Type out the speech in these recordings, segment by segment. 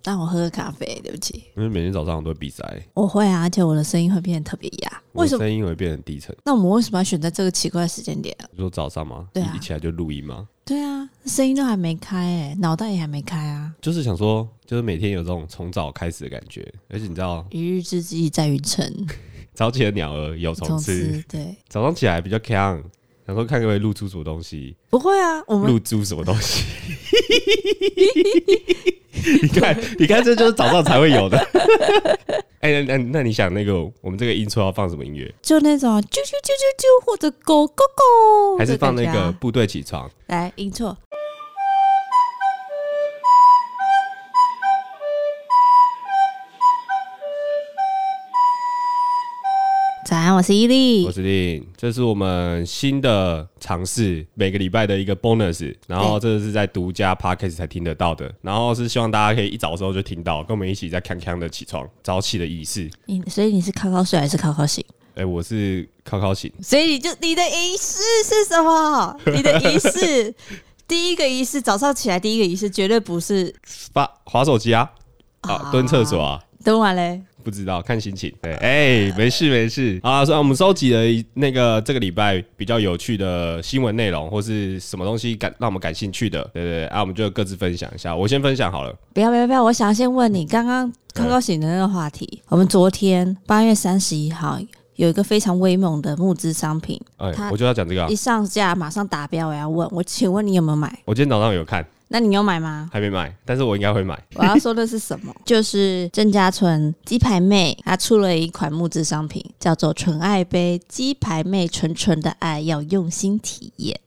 但我喝咖啡，对不起。因为每天早上我都会鼻塞，我会啊，而且我的声音会变得特别哑。我为的什么？声音会变得低沉。那我们为什么要选在这个奇怪的时间点、啊？你说早上吗？对啊一一起来就录音吗？对啊，声音都还没开哎、脑袋也还没开啊。就是想说，就是每天有这种从早开始的感觉，而且你知道，一日之计在于 晨，早起的鸟儿有虫从吃此，对，早上起来比较强，想说看可不可以露出什么东西，不会啊，我们露出什么东西。 你看，你看，这就是早上才会有的。 哎、那那那你想，那个我们这个音出要放什么音乐？就那种啾啾啾啾啾，或者狗狗狗，还是放那这感觉个啊部队起床？来音错。早安，我是伊利我。是令，这是我们新的尝试，每个礼拜的一个 bonus，然后这是在独家 podcast 才听得到的，然后是希望大家可以一早的时候就听到，跟我们一起在康康的起床早起的仪式。你所以你是靠靠睡还是靠靠醒？哎、我是靠靠醒，所以你就你的仪式是什么？ 你的仪式，第一个仪式，早上起来第一个仪式绝对不是发划手机啊，啊，蹲厕所啊。等完嘞。不知道，看心情。对，哎、没事没事啊。所以我们收集了一那个这个礼拜比较有趣的新闻内容，或是什么东西感让我们感兴趣的，对对对啊，我们就各自分享一下。我先分享好了，不要不要不要！我想先问你，刚刚靠靠醒的那个话题，我们昨天八月三十一号有一个非常威猛的募资商品，哎、他我就要讲这个、啊一。上架马上达标。我要问，我请问你有没有买？我今天早上有看，那你有买吗？还没买，但是我应该会买。 我要说的是什么？就是郑家纯鸡排妹，她出了一款木质商品，叫做“纯爱杯”。鸡排妹纯纯的爱，要用心体验。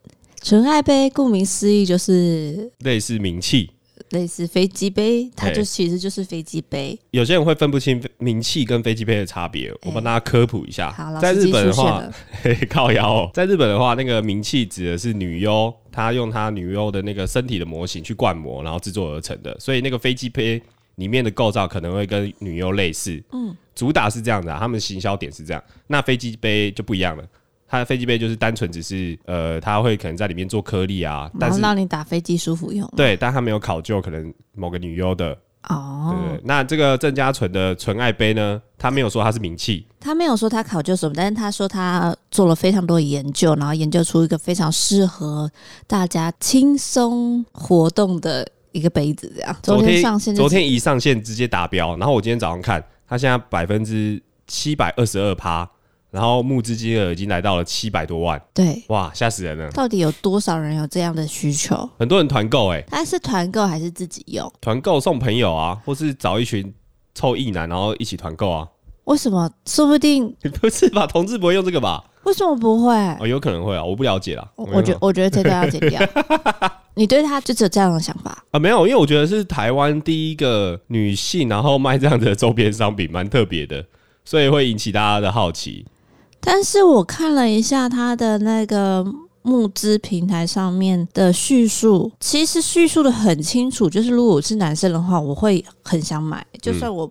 纯爱杯顾名思义就是类似名气，类似飞机杯，它嘿就其实就是飞机杯。有些人会分不清名气跟飞机杯的差别，我帮大家科普一下哎好，。老在司日机本出的现话，了。嘿， 靠腰、哦。在日本的话，那个名气指的是女优，她用她女优的那个身体的模型去灌模，然后制作而成的。所以那个飞机杯里面的构造可能会跟女优类似。嗯，主打是这样的、啊，他们行销点是这样。那飞机杯就不一样了。它的飞机杯就是单纯只是呃，它会可能在里面做颗粒啊，然但后是让你打飞机舒服用对，但它没有考究可能某个女优的，对不哦对，？那这个郑家纯的纯爱杯呢，他没有说它是名气，他没有说他考究什么，但是他说他做了非常多的研究，然后研究出一个非常适合大家轻松活动的一个杯子。这样，昨天天上线就昨天一上线直接达标，然后我今天早上看，它现在百分之七百二十二趴，然后募资金额已经来到了七百多万，对，哇，吓死人了！到底有多少人有这样的需求？很多人团购哎，他是团购还是自己用？团购送朋友啊，或是找一群臭意男，然后一起团购啊。 为什么？说不定你不是吧？同志不会用这个吧？为什么不会？哦，有可能会啊，我不了解啦。我我觉我觉得这段要剪 掉。你对他就只有这样的想法？啊，没有，因为我觉得是台湾第一个女性，然后卖这样的周边商品，蛮特别的，所以会引起大家的好奇。但是我看了一下他的那个募资平台上面的叙述，其实叙述的很清楚，就是如果我是男生的话，我会很想买，就算我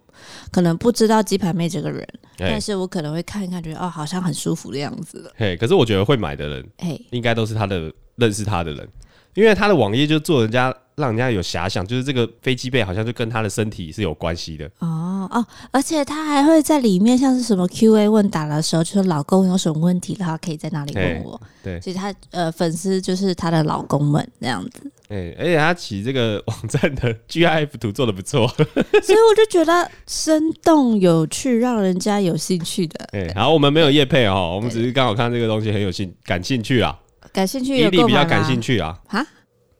可能不知道鸡排妹这个人，哎但是我可能会看一看，觉得哦，好像很舒服的样子。嘿，可是我觉得会买的人哎、应该都是他的认识他的人，因为他的网页就做人家让人家有遐想，就是这个飞机背好像就跟他的身体是有关系的。哦哦，而且他还会在里面像是什么 Q&A 问答的时候，就说老公有什么问题的话，可以在哪里问我。对对所以他呃粉丝就是他的老公们那样子，哎、而且他起这个 网站的 GIF 图做的不错。所以我就觉得生动有趣，让人家有兴趣的。哎、然后我们没有业配哦，我们只是刚好看这个东西很有兴感兴趣啦，感兴趣伊有利购比买较吗感兴趣啊，啊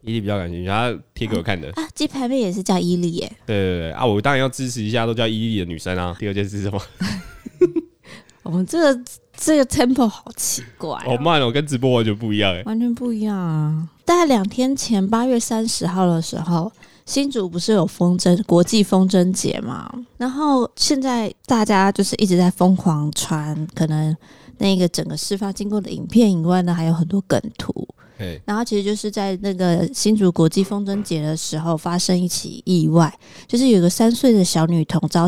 伊利比较感兴趣，他贴给我看的。啊！鸡排妹也是叫伊利耶，对对对啊，我当然要支持一下都叫伊利的女生啊。第二件事是什么？我们这个这个 tempo 好奇怪哦、哦慢哦，跟直播完全不一样哎、完全不一样啊！大概两天前，八月三十号的时候，新竹不是有风筝国际风筝节嘛？然后现在大家就是一直在疯狂传，可能那个整个事发经过的影片以外呢，还有很多梗图。嘿，然后其实就是在那个新竹国际风筝节的时候发生一起意外，就是有一个三岁的小女童遭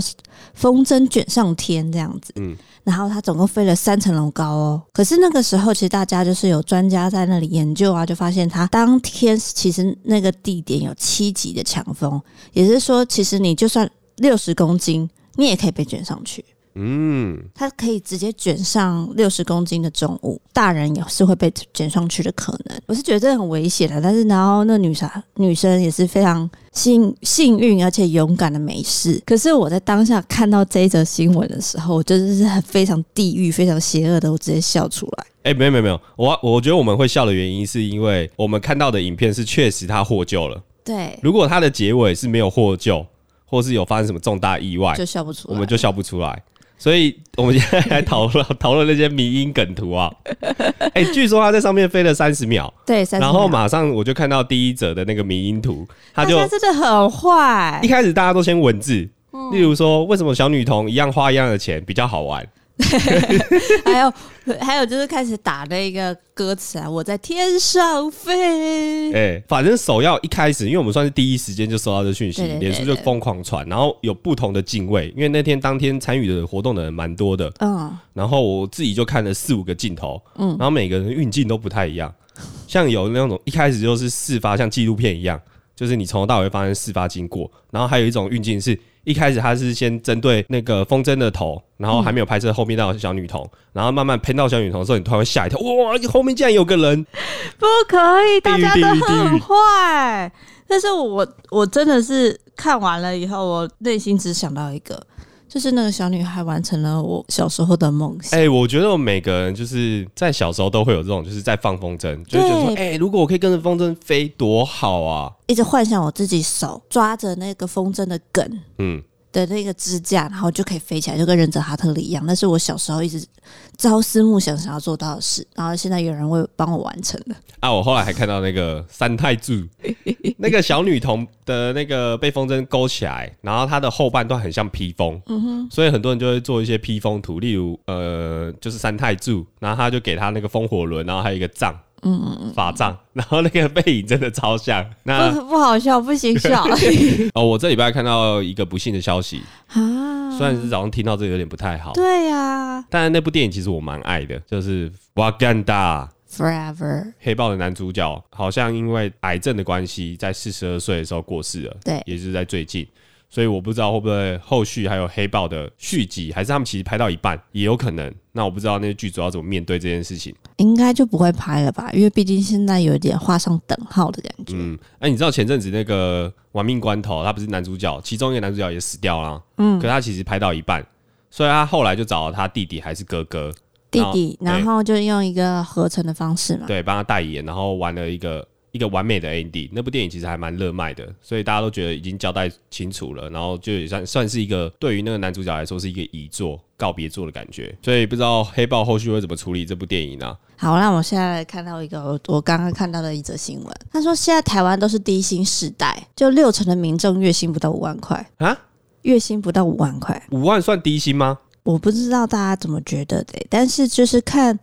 风筝卷上天这样子，嗯然后她总共飞了三层楼高哦。可是那个时候其实大家就是有专家在那里研究啊，就发现她当天其实那个地点有七级的强风，也就是说，其实你就算六十公斤，你也可以被卷上去。嗯，它可以直接卷上六十公斤的重物，大人也是会被卷上去的可能。我是觉得这很危险的，但是然后那女傻女生也是非常幸幸运而且勇敢的没事。可是我在当下看到这一则新闻的时候，我真的是很非常地狱、非常邪恶的，我直接笑出来。哎、没有没有没有，我我觉得我们会笑的原因是因为我们看到的影片是确实他获救了，对，如果他的结尾是没有获救，或是有发生什么重大意外，就笑不出来。我们就笑不出来。所以我们现在来讨 论讨论那些迷因梗图 啊。哎、据说他在上面飞了三十秒，对，30然后秒，马上我就看到第一者的那个迷因图，他大就家真的很坏 一。开始大家都先文字。嗯例如说，为什么小女童一样花一样的钱比较好玩？还有 还有就是开始打那个歌词啊，我在天上飞。哎、反正首要一开始，因为我们算是第一时间就收到这讯息对对，对脸书就疯狂传，然后有不同的敬畏，因为那天当天参与的活动的人蛮多的，嗯，然后我自己就看了四五个镜头，嗯然后每个人运镜都不太一样，像有那种一开始就是事发，像纪录片一样，就是你从头到尾发生事发经过，然后还有一种运镜是一开始他是先针对那个风筝的头，然后还没有拍摄后面到小女童，然后慢慢喷到小女童的时候，你突然会吓一跳，哇，后面竟然有个人，不可以，大家地狱都地狱地狱很坏。但是我我真的是看完了以后，我内心只想到一个，就是那个小女孩完成了我小时候的梦想。哎、我觉得我每个人就是在小时候都会有这种，就是在放风筝，就是觉得说，哎、如果我可以跟着风筝飞多好啊，一直幻想我自己手抓着那个风筝的梗嗯。的那个支架，然后就可以飞起来，就跟忍者哈特利一样。那是我小时候一直朝思暮想想要做到的事，然后现在有人为帮我完成了。啊，我后来还看到那个三太柱，那个小女童的那个被风筝勾起来，然后她的后半段很像披风，所以很多人就会做一些披风图，例如呃，就是三太柱，然后他就给他那个风火轮，然后还有一个杖，法杖，然后那个背影真的超像。那不不好笑，不行 笑哦，我这礼拜看到一个不幸的消息，啊！虽然是早上听到这个有点不太好，对啊呀、但那部电影其实我蛮爱的，就是《瓦干达》。 f o r e v e r 黑豹的男主角好像因为癌症的关系，在四十二岁的时候过世了，对也就是在最近，所以我不知道会不会后续还有黑豹的续集，还是他们其实拍到一半也有可能。那我不知道那些剧组要怎么面对这件事情。应该就不会拍了吧，因为毕竟现在有点画上等号的感觉。嗯，哎、你知道前阵子那个《亡命关头》，他不是男主角，其中一个男主角也死掉了，嗯，可他其实拍到一半，所以他后来就找了他弟弟还是哥哥，弟弟，然后然后就用一个合成的方式嘛。哦对，帮他代言，然后玩了一个一个完美的 ND。那部电影其实还蛮热卖的，所以大家都觉得已经交代清楚了，然后就也算算是一个对于那个男主角来说是一个遗作、告别作的感觉。所以不知道黑豹后续会怎么处理这部电影呢、啊好，那我现在来看到一个我我刚刚看到的一则新闻，他说现在台湾都是低薪世代，就六成的民众月薪不到五万块，啊？月薪不到五万块，五万算低薪吗？我不知道大家怎么觉得的、但是就是看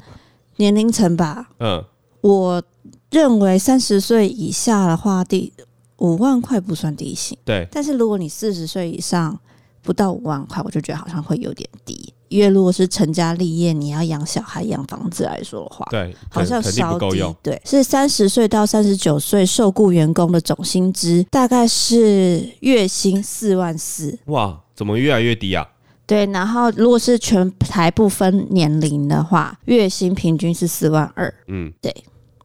年龄层吧。嗯，我认为三十岁以下的话，第五万块不算低薪。对，但是如果你四十岁以上不到五万块，我就觉得好像会有点低。因为如果是成家立业，你要养小孩、养房子来说的话，对，好像肯定稍不够低用。。对，是三十岁到三十九岁受雇员工的总薪资大概是月薪四万四。哇，怎么越来越低啊？对，然后如果是全台不分年龄的话，月薪平均是四万二。嗯，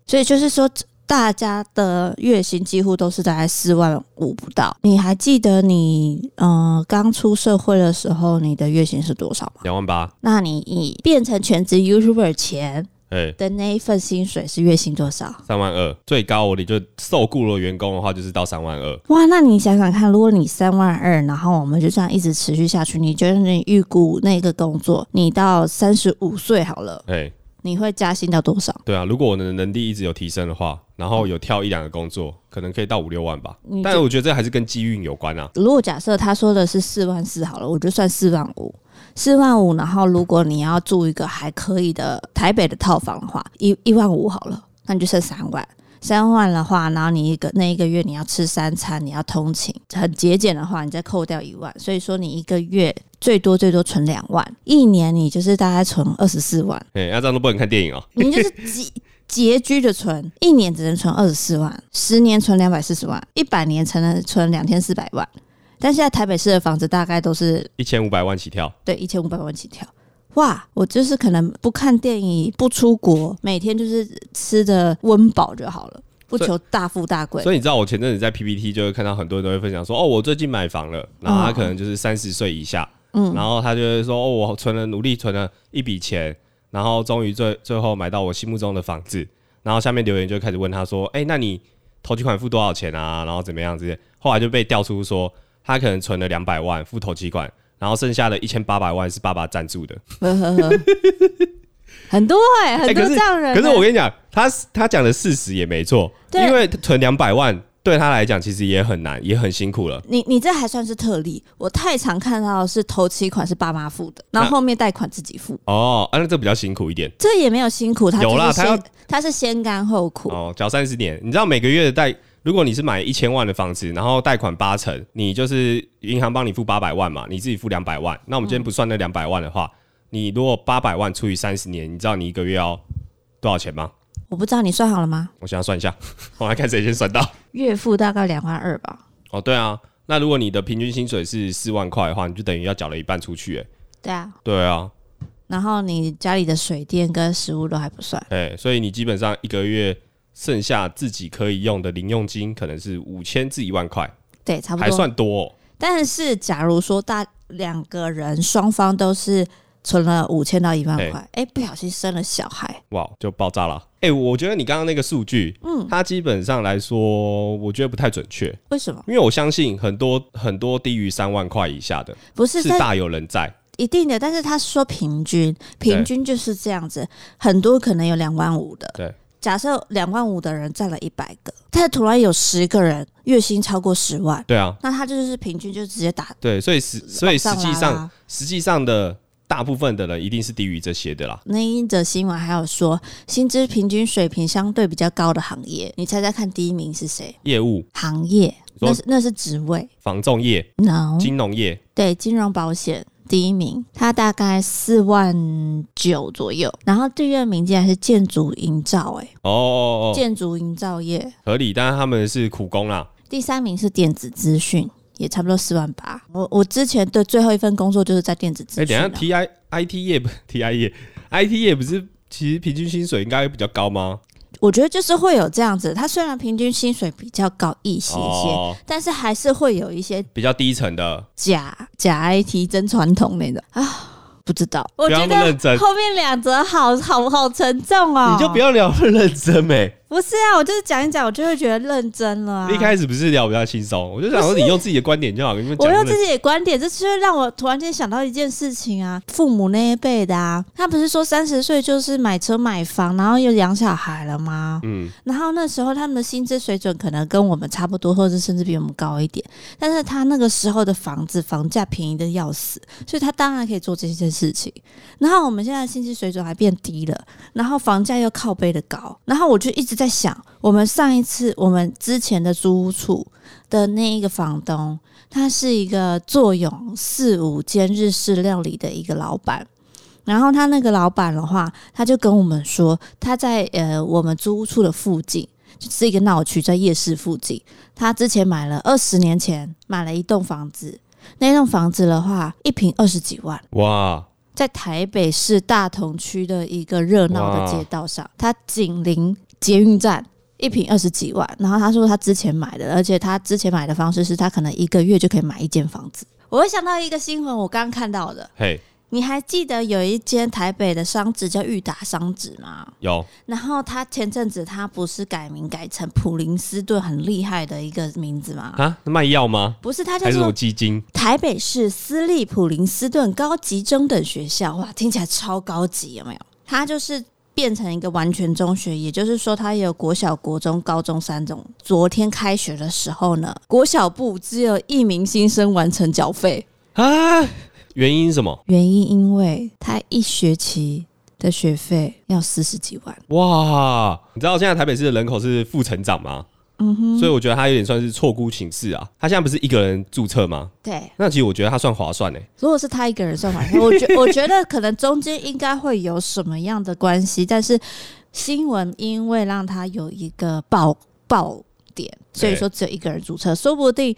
所以就是说，大家的月薪几乎都是大概四万五不到。你还记得你呃刚出社会的时候，你的月薪是多少吗？两万八，那你以变成全职 YouTuber 前哎，的那一份薪水是月薪多少？三万二，最高我的就受雇了员工的话就是到三万二。哇，那你想想看，如果你三万二，然后我们就这样一直持续下去，你觉得你预估那个工作，你到三十五岁好了，哎，你会加薪到多少？对啊，如果我的能力一直有提升的话，然后有跳一两个工作，可能可以到五六万吧。你但我觉得这还是跟机运有关啊。如果假设他说的是四万四好了，我就算四万五，四万五。然后如果你要住一个还可以的台北的套房的话，一一万五好了，那你就剩三万。三万的话，然后你一个那一个月你要吃三餐，你要通勤，很节俭的话，你再扣掉一万，所以说你一个月最多最多存两万，一年你就是大概存二十四万，哎、那这样都不能看电影哦、你就是拮拮据的存，一年只能存二十四万，十年存两百四十万，一百年才能存两千四百万。但现在台北市的房子大概都是一千五百万起跳，对一千五百万起跳。哇，我就是可能不看电影，不出国，每天就是吃的温饱就好了，不所以求大富大贵。所以你知道我前阵子在 PPT 就会看到很多人都会分享说，哦，我最近买房了，然后他可能就是三十岁以下，嗯，然后他就会说，哦，我存了努力存了一笔钱，然后终于最最后买到我心目中的房子，然后下面留言就开始问他说，哎、那你头期款付多少钱啊？然后怎么样之类，后来就被调出说他可能存了两百万付头期款，然后剩下的一千八百万是爸爸赞助的，呵呵呵很多哎、哎很多可是这样人欸、可是我跟你讲，他他讲的事实也没错，对因为存两百万对他来讲其实也很难，也很辛苦了。你你这还算是特例，我太常看到的是头期款是爸妈付的，然后后面贷款自己付，哦，啊，那这比较辛苦一点这也没有辛苦，他有啦就是他要先他是先甘后苦，哦，缴三十年。你知道每个月的贷，如果你是买一千万的房子，然后贷款八成，你就是银行帮你付八百万嘛，你自己付两百万。那我们今天不算那两百万的话，你如果八百万除以三十年，你知道你一个月要多少钱吗？我不知道你算好了吗？我想要算一下， 我来看谁先算到。月付大概两万二吧，哦，对啊，那如果你的平均薪水是四万块的话，你就等于要缴了一半出去、欸。对啊，对啊，然后你家里的水电跟食物都还不算，哎、所以你基本上一个月剩下自己可以用的零用金可能是五千至一万块，对，差不还多。算多、哦。但是假如说大两个人双方都是存了五千到一万块，哎、不小心生了小孩，哇，就爆炸了！哎、我觉得你刚刚那个数据，嗯，它基本上来说，我觉得不太准确，为什么？因为我相信很多很多低于三万块以下的不是是在大有人在，一定的，但是他说平均，对平均就是这样子，很多可能有两万五的。对，假设两万五的人占了一百个，但是突然有十个人月薪超过十万，对啊，那他就是平均就直接打。对，所以实所以实往上际拉上啦实际上的大部分的人一定是低于这些的啦。那一则新闻还有说，薪资平均水平相对比较高的行业，你猜猜看第一名是谁？业务、行业说那是那是职位房仲业、 ，no，金融业，对，金融保险第一名，它大概四万九左右，然后第二名竟然是建筑营造、欸，哦哦哦哦，建筑营造业，合理，但是他们是苦工啦，第三名是电子资讯，也差不多四万八。我我之前的最后一份工作就是在电子资哎、讯等一啊、下，T I I T 业不 T I 业 I T 业不是其实平均薪水应该比较高吗？我觉得就是会有这样子，它虽然平均薪水比较高一些些，哦，但是还是会有一些比较低层的，假假 IT 真传统那种啊。不知道，我要觉那么得认真后面两则好好好沉重哦。你就不要聊得认真呗、不是啊，我就是讲一讲，我就会觉得认真了、啊。一开始不是聊比较轻松，我就想说你用自己的观点就好，你们我讲用那自己的观点，这就是让我突然间想到一件事情啊，父母那一辈的啊，他不是说三十岁就是买车买房，然后又养小孩了吗？嗯，然后那时候他们的薪资水准可能跟我们差不多，或者甚至比我们高一点，但是他那个时候的房子房价便宜的要死，所以他当然可以做这些事情。然后我们现在的薪资水准还变低了，然后房价又靠背的高，然后我就一直在想，我们上一次我们之前的租屋处的那一个房东，他是一个坐拥四五间日式料理的一个老板。然后他那个老板的话，他就跟我们说，他在呃我们租屋处的附近，就是一个闹区，在夜市附近。他之前买了二十年前买了一栋房子，那栋房子的话，一平二十几万，哇，在台北市大同区的一个热闹的街道上，它紧邻捷运站。一平二十几万，然后他说他之前买的，而且他之前买的方式是他可能一个月就可以买一间房子。我会想到一个新闻，我刚刚看到的，嘿，你还记得有一间台北的商职叫裕达商职吗？有然后他前阵子他不是改名改成普林斯顿很厉害的一个名字吗？啊，卖药吗？不是，他叫还是什做么基金？台北市私立普林斯顿高级中等学校，哇，听起来超高级，有没有？它就是变成一个完全中学，也就是说，它有国小、国中、高中三种。昨天开学的时候呢，国小部只有一名新生完成缴费， 啊？原因是什么？原因因为他一学期。的学费要四十几万。哇，你知道现在台北市的人口是负成长吗？嗯哼，所以我觉得他有点算是错估形势啊。他现在不是一个人注册吗？对，那其实我觉得他算划算欸呢、如果是他一个人算完， 我觉我觉得可能中间应该会有什么样的关系，但是新闻因为让他有一个爆爆点，所以对说只有一个人注册，说不定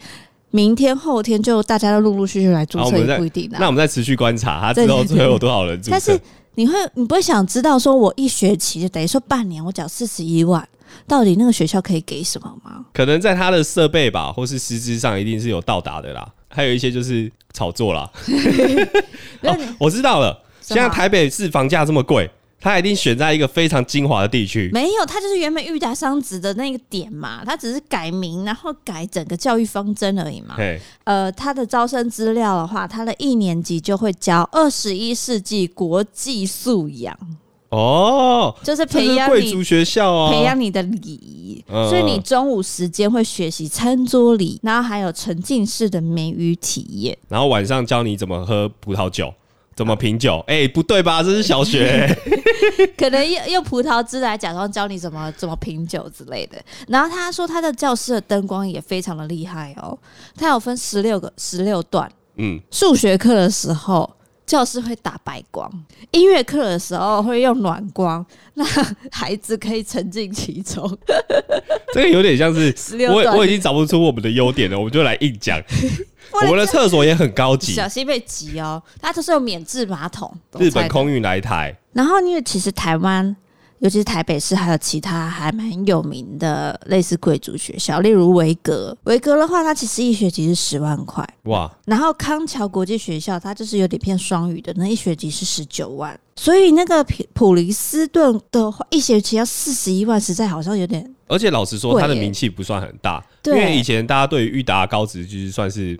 明天后天就大家都陆陆续续来注好啊我册，们也再不一定那啦。我们再持续观察，他之后最后有多少人注但册是？你会，你不会想知道说，我一学期等于说半年，我缴四十一万，到底那个学校可以给什么吗？可能在他的设备吧，或是师资上一定是有到达的啦。还有一些就是炒作啦。没有哦，我知道了，什现么在台北市房价这么贵，他一定选在一个非常精华的地区。没有，他就是原本裕达商职的那个点嘛，他只是改名，然后改整个教育方针而已嘛。嘿，呃，他的招生资料的话，他的一年级就会教二十一世纪国际素养，哦，就是这培是养贵你族学校啊，培养你的礼仪。嗯所以你中午时间会学习餐桌礼，然后还有沉浸式的美语体 验。然后晚上教你怎么喝葡萄酒，怎么品 酒。哎、不对吧？这是小学、可能用用葡萄汁来假装教你怎么怎么品酒之类的。然后他说他的教室的灯光也非常的厉害哦，他有分十六个十六段。嗯，数学课的时候，教室会打白光；音乐课的时候会用暖光，那孩子可以沉浸其中。这个有点像是16我段我已经找不出我们的优点了，我们就来硬 讲。不然我们的厕所也很高级，小心被挤哦！它就是有免治马桶，日懂本菜空运来台，然后，因为其实台湾，尤其是台北市，还有其他还蛮有名的类似贵族学校，例如维格。维格的话，它其实一学期是十万块。哇，然后康桥国际学校，它就是有点偏双语的，那一学期是十九万，所以那个普普林斯顿的话，一学期要四十一万，实在好像有点而且老实说，贵耶他的名气不算很大，因对为以前大家对于裕达高职就是算是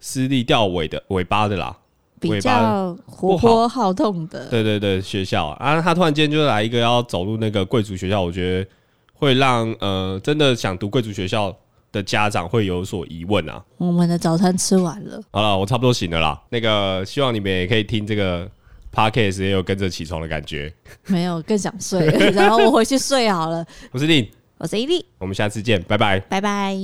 私立掉尾的尾巴的啦。比尾巴较活泼好动的。对对对，学校啊，他突然间就来一个要走入那个贵族学校，我觉得会让呃真的想读贵族学校的家长会有所疑问啊。我们的早餐吃完了，好了，我差不多醒了啦。那个希望你们也可以听这个 podcast，也有跟着起床的感觉。没有更想 睡了，然后我回去睡好了。我是令，我是伊利，我们下次见，拜拜。拜拜。